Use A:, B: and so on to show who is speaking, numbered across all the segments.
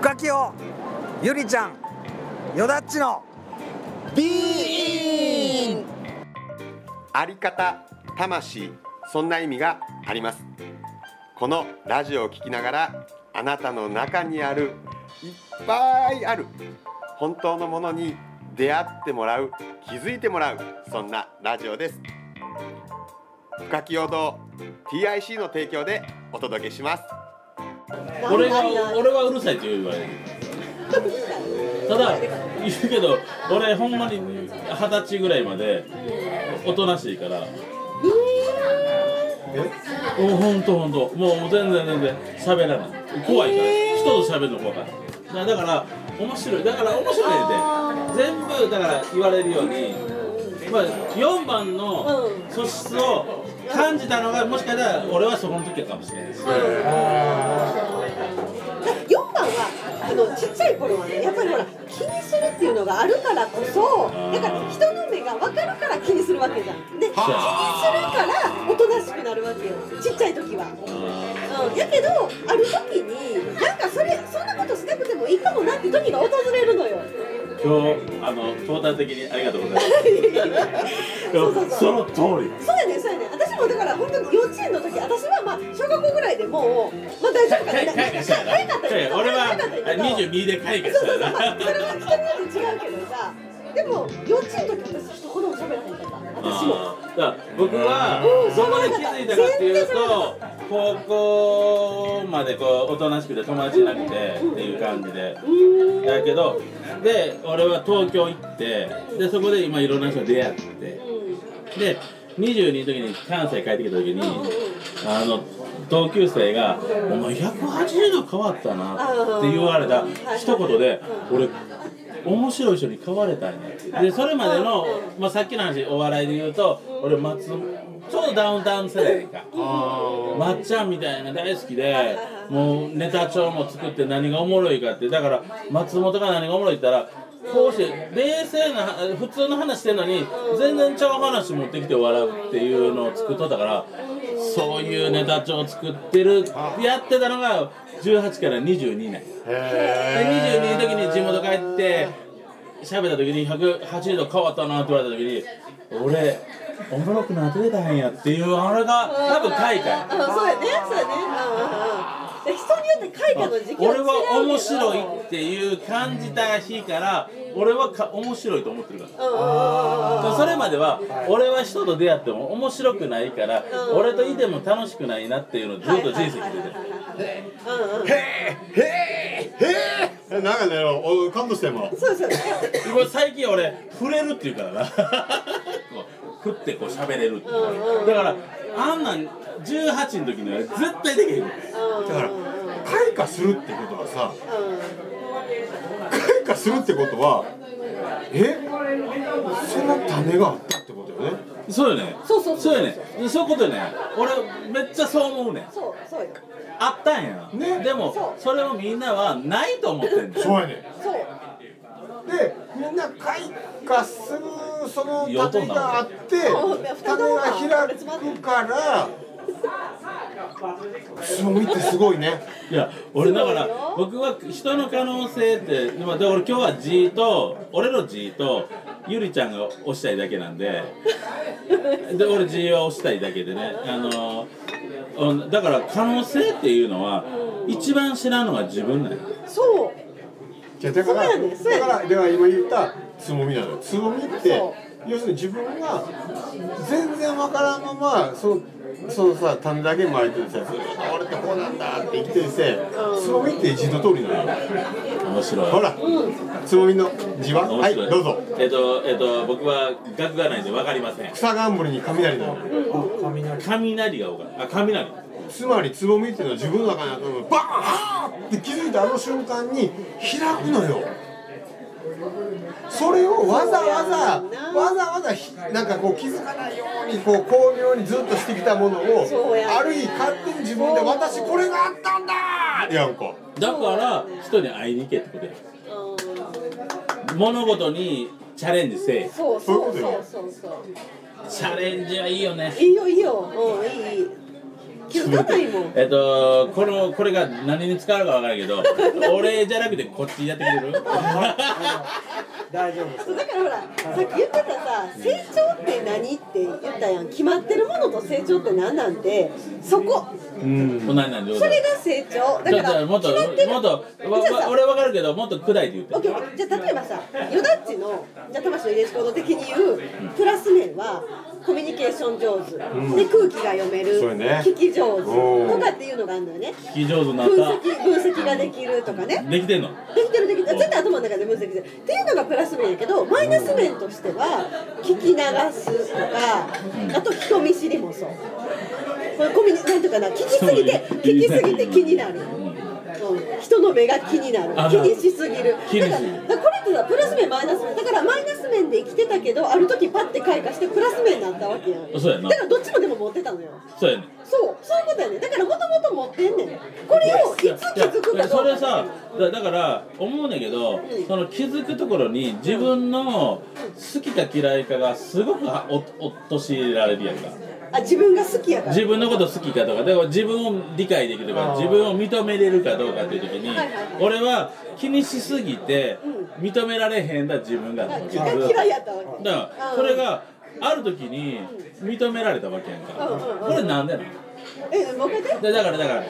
A: ガキをゆりちゃんよだっちの
B: ビーン
C: あり方魂そんな意味がありますこのラジオを聞きながらあなたの中にあるいっぱいある本当のものに出会ってもらう気づいてもらうそんなラジオです深き陽動 TIC の提供でお届けします
D: 俺が俺はうるさいって言う言われるただ言うけど俺ほんまに二十歳ぐらいまでおとなしいからもうほんとほんともうもう全然全然喋らない怖いから、人と喋るの怖いからだから面白いだから面白いねんて全部だから言われるように、まあ、4番の素質を感じたのがもしかしたら俺はそこの時かもしれないです
B: 4番はあのちっちゃい頃はねやっぱりほら気にするっていうのがあるからこそだから人の目が分かるから気にするわけじゃんで気にするからおとなしくなるわけよちっちゃい時は、うん、やけどある時になんかそれそんなことしなくてもいいかもなって時が訪れるのよ
D: 今日あのトータル的にありがとうございます。
B: そうそうそう
D: の通り。
B: そうやねそうやね私もだから本当に幼稚園の時私はまあ小学校ぐらいでもうまあ大丈夫かなな
D: 解
B: な
D: 決した
B: 早かったけど
D: 俺
B: 早かったけど
D: は二十二で解決
B: そうそうそう、
D: し
B: ま
D: た
B: あ、それは人
D: な。
B: によって違うけどさでも幼稚園の時私一言も喋らへんかった私も
D: あーだから僕は
B: うん
D: どこで気づいたかっていうと高校までこうおとなしくて友達いなくてっていう感じでだけどで俺は東京行ってでそこで今いろんな人と出会ってで22の時に関西帰ってきた時にあの同級生が「お前180度変わったな」って言われた一言で俺面白い人に変われたんやでそれまでの、まあ、さっきの話お笑いで言うと俺松ちょうどダウンタウン世代かまっちゃんみたいな大好きでもうネタ帳も作って何がおもろいかってだから松本が何がおもろいって言ったらこうして冷静な普通の話してんのに全然ちゃう話持ってきて笑うっていうのを作っとったからそういうネタ帳を作ってるやってたのが18から22年で22の時に地元帰って喋った時に180度変わったなって言われた時に俺おもろくなって出たんやっていうあれが多分海
B: うん
D: 外
B: そうやねそうやねうんうんうんで人によって開花の時期は違うけど
D: 俺は面白いっていう感じた日から俺はか面白いと思ってるから
B: うんうんうんうんうん
D: それまでは俺は人と出会っても面白くないから
B: うん
D: 俺といても楽しくないなっていうのをずっと人生聞いてて
B: うんうん
E: えなんかねお感動しても
B: そうそうね
D: これ最近俺触れるってい うからなこう振ってこう喋れるっていうだからあんなん18の時には絶対できへん
E: だから開花するってことはさ開花するってことはえその種があったってことよね
D: そうよね
B: そうそう
D: そうよねでそういうことよね俺めっちゃそう思うねん
B: そうそうよ
D: あったんや、
E: ね
D: でもそれをみんなはないと思ってんだよ
E: そうやねん
B: そう
E: でみんな開花するその
D: いや音
E: 種
D: になる
E: があって
B: そう
E: 種が開くからすごいってすごいね
D: いや俺だから僕は人の可能性ってまあで俺今日は G と俺の G とゆりちゃんが押したいだけなんでで俺 G は押したいだけでねあのうんだから可能性っていうのは一番知らんのは自分なんよ
B: そう
E: じゃあだから
B: そうやねんそうやね
E: だ
B: ん
E: からでは今言ったつぼみなのよつぼみって
B: そ
E: 要するに自分が全然わからんままそのそのさ種だけ巻いててさずっと俺ってこうなんだって生きてるせつぼみって字の通りなのよ
D: 面白い
E: ほらつぼみの字は
D: 面
E: はい
D: 白い、
E: どうぞ
D: えっとえっと僕は学がないんで分かりません
E: 草がんぼりに雷なのよ
D: 雷が多かったあ雷
E: つまりつぼみっていうのは自分の中にあったのがバーンって気づいたあの瞬間に開くのよそれをわざわざわざわざひなんかこう気づかないようにこう巧妙にずっとしてきたものを
B: そうやね
E: ある意味勝手に自分で私これがあったんだーやんか
D: だから人に会いに行けってことや
B: うん
D: 物事にチャレンジせえ
B: そうそうそうそうそう
D: チャレンジはいいよね
B: いいよいいようんいいいい気づかないもん
D: えっとこのこれが何に使うかわからんけど俺じゃなくてこっちやってくれる
A: 大丈夫です
B: そうだからほらさっき言ってたさ成長って何って言ったやん決まってるものと成長って何なんてそこ
D: もう何なんで
B: それが成長だ
D: ち
B: か
D: ょっと
B: ら
D: もっと
B: 決まってる
D: もっとわ
B: じゃあ
D: わ
B: さ
D: 俺わかるけどもっと砕いて言って
B: オッケーオッケーじゃあ例えばさヨダッチのじゃあ魂の遺伝子行動的に言うプラス面はコミュニケーション上手、で空気が読める、
E: そうよね
B: 聞き上手
E: おー
B: とかっていうのがあるのよね
D: 聞き上手にな
B: 分
D: っ
B: 析分析ができるとかね
D: たできてんの
B: できてるできてる絶対頭の中で分析してるっていうのがプラス面やけどマイナス面としては聞き流すとかあと人見知りもそうこれコミュニなんていうかな聞きすぎて
D: そう
B: 聞きすぎて気になる。
D: うん
B: うん人の目が気になる
D: あ
B: 気にしすぎる
D: 気にし
B: だからだからこれってさプラス面マイナス面だからマイナス面で生きてたけどある時パッて開花してプラス面になったわけやん
D: そうやな
B: だからどっちもでも持ってたのよ
D: そうやね
B: そうそういうことやねだからもともと持ってんねんこれをいつ気づくかどうか
D: それさだだから思うねんだけど、
B: ん
D: その気づくところに自分の好きか嫌いかがすごくはお落としられるやんか
B: あ自分が好きやから
D: 自分のこと好きかとかでも自分を理解できるとか自分を認めれるかどうかっていう時に、
B: はいはい
D: 俺は気にしすぎて認められへんだ自分が
B: あ
D: と
B: 嫌い嫌いやったわけ
D: だからそれがある時に認められたわけやんか、
B: うんうんうん
D: これなんでなの
B: えもう一回言って
D: でだからだから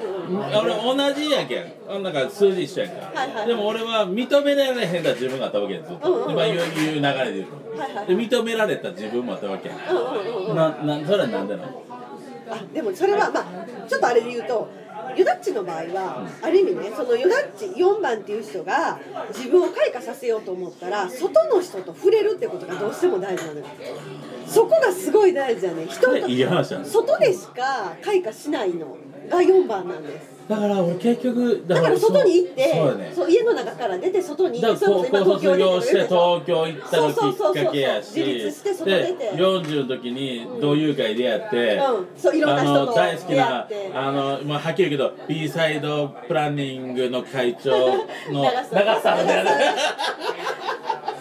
D: 俺同じやけんあなんか数字一緒やんか、
B: はいはい
D: でも俺は認められへんだ自分があったわけやんずっ
B: うんうん
D: と、
B: うん
D: 今言う言う流れで言うと、
B: はいはい
D: で認められた自分もあったわけやん、
B: うんうんうんうん
D: ななそれはなんでなの
B: あでもそれはまあちょっとあれで言うとユダッチの場合はある意味ねそのユダッチ4番っていう人が自分を開花させようと思ったら外の人と触れるってことがどうしても大事なのよそこがすごい大事やね人
D: ことれいい話やん
B: 外でしか開花しないのが4番なんです
D: だから俺結局
B: だから外に行って
D: そう
B: そう
D: やね
B: 家の中から出て外に行
D: だ
B: って
D: か
B: そ
D: ら
B: れこ
D: 高
B: そ今
D: 校
B: 東京に
D: 卒業
B: 行っ
D: して
B: てる
D: 東京行ったのきっかけやし
B: そうそうそうそう自立して外出て
D: で40の時に同友会でやって、
B: うんそういろんな人と
D: あの大好きな
B: 出会って
D: あの、まあ、はっきり言うけど B サイドプランニングの会長の
B: 長澤
D: 長澤だよね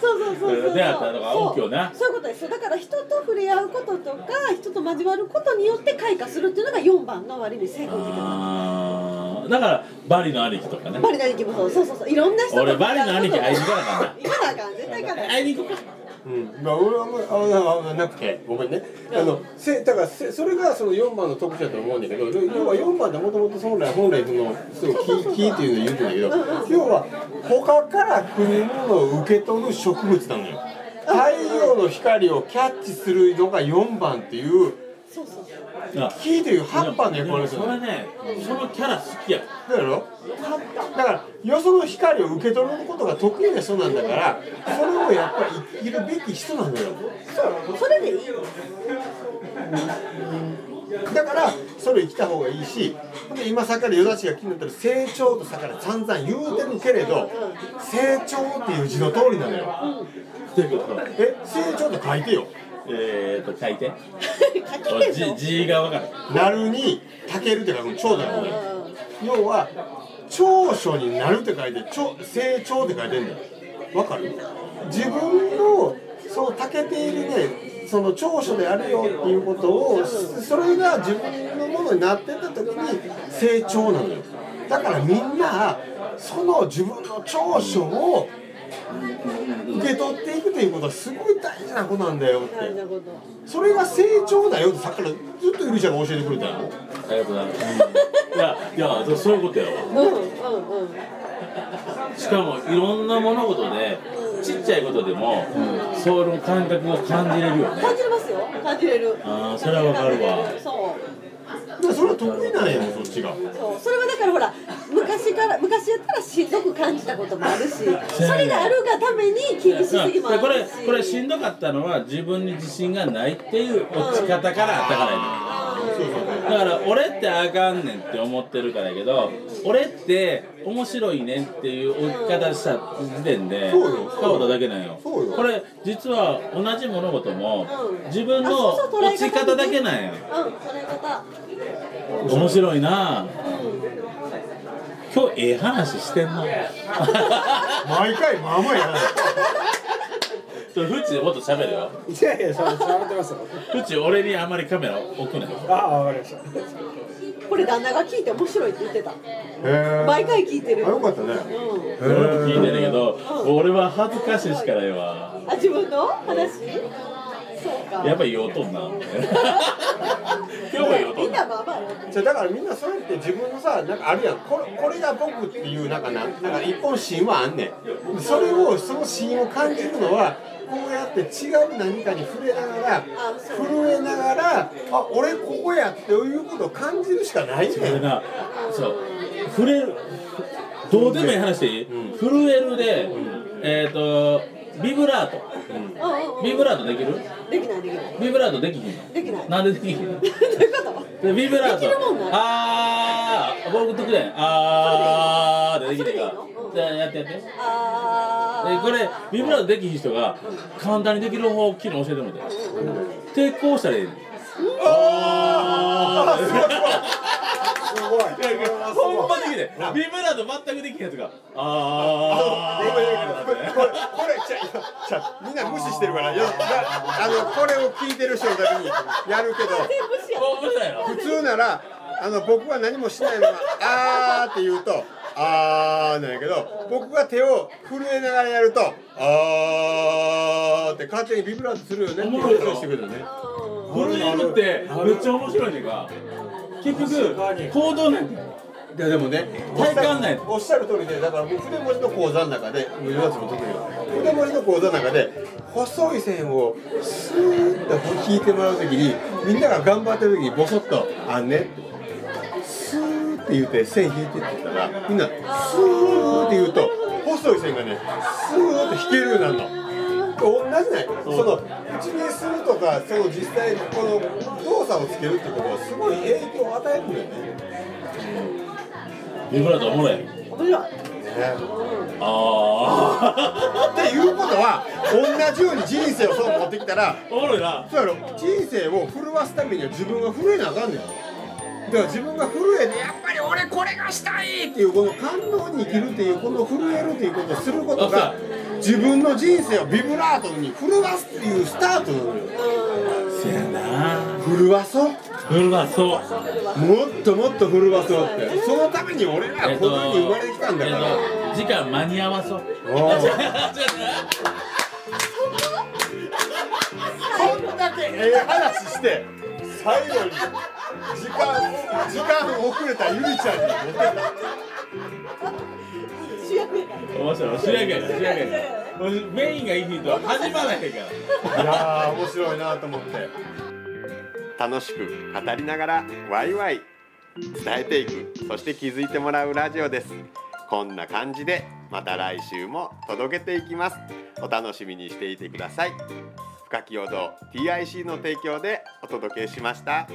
B: 長そうそうそうそうそう。
D: 出会ったのが大きいよね
B: そうそういうことです。だから人と触れ合うこととか、人と交わることによって開花するっていうのが4番の割に成功的な。
D: あーだからバリの兄貴とかね
B: バリの兄貴もそう、そうそうそう、いろんな人と
D: 俺バリの兄貴会いに行かなあかんな
B: 行かなあかん、絶対行かない。
D: 会いに行こうか
E: うん、まあ俺はあんまああなくてごめんねあのせだからせそれがその4番の特徴だと思うんだけど要は4番ってもともと本来本来そのその木木っていうのを言ってんだけど要は他から来るものを受け取る植物なのよ太陽の光をキャッチするのが4番っていう
B: そうそう そう。
D: あ
E: 木という葉っぱの役割です
D: そ
E: よ
D: れ
E: ね
D: ねそのキャラ好きや
E: だろだからよその光を受け取ることが得意な人なんだからそれをやっぱり生きるべき人なのよ
B: そう、それでいい。
E: だからそれ生きた方がいいしほんで今さっきからヨダチが気になってる成長とさっきから散々言うてるけれど成長っていう字の通りなのよ
D: ということ
E: え成長って書いてよ
D: えーと書いて
B: 書きでしょ
D: 字。字が分かる
E: なるにたけるって書くの長だよこれ要は長所になるって書いて長成長って書いてんだよわかる自分のそのたけているねその長所であるよっていうことをそれが自分のものになってった時に成長なのよだからみんなその自分の長所を受け取っていくということはすごい大事なことなんだよって
B: 大事なこと。
E: それが成長だよってさっきからずっとゆりちゃんが教えてくれたの
D: ありがとうございますいやいやそそういうことやわ
B: うん、うん、うん。
D: しかもいろんな物事でちっちゃいことでも、その感覚を感じれるよね
B: 感じれますよ。感じれる。
D: あーそれはわかるわ
B: 感じれそう。
E: いやそれは得意なんやもんそっちが
B: そうそれはだからほら昔から昔やったらしんどく感じたこともあるしそれがあるがために気にしすぎもあ
D: うんこ
B: る
D: れ
B: し
D: これしんどかったのは自分に自信がないっていう落ち方からあったからやねん
E: そうそうそう
D: だから俺ってあかんねんって思ってるからやけど俺って面白いねんっていう置き方した時点で
E: そうよ
D: 変わっただけなんよ
E: そうよ
D: これ実は同じ物事も
B: うん
D: 自分
B: あ
D: の
B: そうそう捉
D: 落
B: え方
D: ち方だけなんよ
B: うん捉え方
D: 面白いな今日ええ話してんな
E: 毎回まあまあやな
D: ちょっとフチでもっと喋るよ
A: いやいやそれ伝わってますよ
D: フチ俺にあんまりカメラ置くなよ
A: ああわかりました
B: これ旦那が聞いて面白いって言ってた
E: え
B: 毎回聞いて
E: あ
B: る
E: よかったね
B: うん
D: 俺も聞いてんだけど、俺は恥ずかしいしかないわ。
B: あ自分の話そうか
D: やっぱ言おうとんな。今日も言おうと
B: みん
D: んな。
B: なまあまあ
E: じゃあだからみんなそうやって自分のさなんかあるやんこれこれが僕っていうなんかななんか一本芯はあんねんそれをその芯を感じるのはこうやって違う何かに触れながら
B: そう
E: 震えながらあ俺ここやっていうことを感じるしかないねん
D: それな、そう、触れる、どうでもいい話でいい、震えるで、えっ、と、ビブラート。
B: うんうん
D: ビブラートでき
B: う
D: る
B: んできないできない
D: ビブラートできひんの
B: できない
D: なんでできひん
B: ど
D: の
B: ういうこと
D: でビブラート。
B: できるもんなん
D: あー、僕得意あーでできてるか
B: それでいいのう。ん
D: じゃあやってやって。で
B: あー
D: これ、ビブラートできひん人が、簡単にできる方、機能教えてもらって。抵抗したらいいの。
E: あーすごいすごいすごい
D: ほんまにできてビブラート全くできひんやつが、あ
E: ごめんごめんごめんこれこれちゃちゃみんな無視してるからよなあのこれを聞いてる人のためにやるけど
B: 全部しや
D: ー。面白いの
E: 普通ならあの僕は何もしないまま「あー」って言うと「あー」なんやけど僕が手を震えながらやると「あー」って勝手にビブラートするよねっていう話をしてくれたね
D: ブルームってめっちゃ面白いねんか結局行動なんや
E: いやでもね
D: 体感ない
E: おっしゃる通りでだからもう筆文字の講座の中で無料やつも特に筆文字の講座の中で細い線をスーッと引いてもらうときにみんなが頑張ってるときにボソッと「あんね」スーッて言うて線引いてって言ったらみんなスーッて言うと細い線がねスーッと引けるようになるの。同じないその口にするとかその実際この動作をつけるってことはすごい影響を与えるんだよね。
D: ビブラートおもろい
B: 面白い
E: ね
D: あ
E: っていうことは同じように人生をそう持ってきたら
D: ーおもろいな
E: そうやろ人生を震わすためには自分が震えなあかんねんだから自分が震えてやっぱり俺これがしたいっていうこの感動に生きるっていうこの震えるっていうことをすることが自分の人生をビブラートに震わすっていうスタートなのよ
D: せやな
E: 震わそう
D: ブルーバーそう
E: もっともっと震わそうってそのために俺らはこの世に生まれてきたんだから、
D: えっと時間間に合わそう
E: おー
D: あ違う違
E: こんだけええ話して最後に時間時間遅れたゆりちゃんに持ってた
B: 主役やから
D: う違う面白い主役やから主役やから俺メインがいい人は始まらへんから
E: いやー面白いなと思って
C: 楽しく語りながらワイワイ伝えていくそして気づいてもらうラジオですこんな感じでまた来週も届けていきますお楽しみにしていてください深き陽道 TIC の提供でお届けしました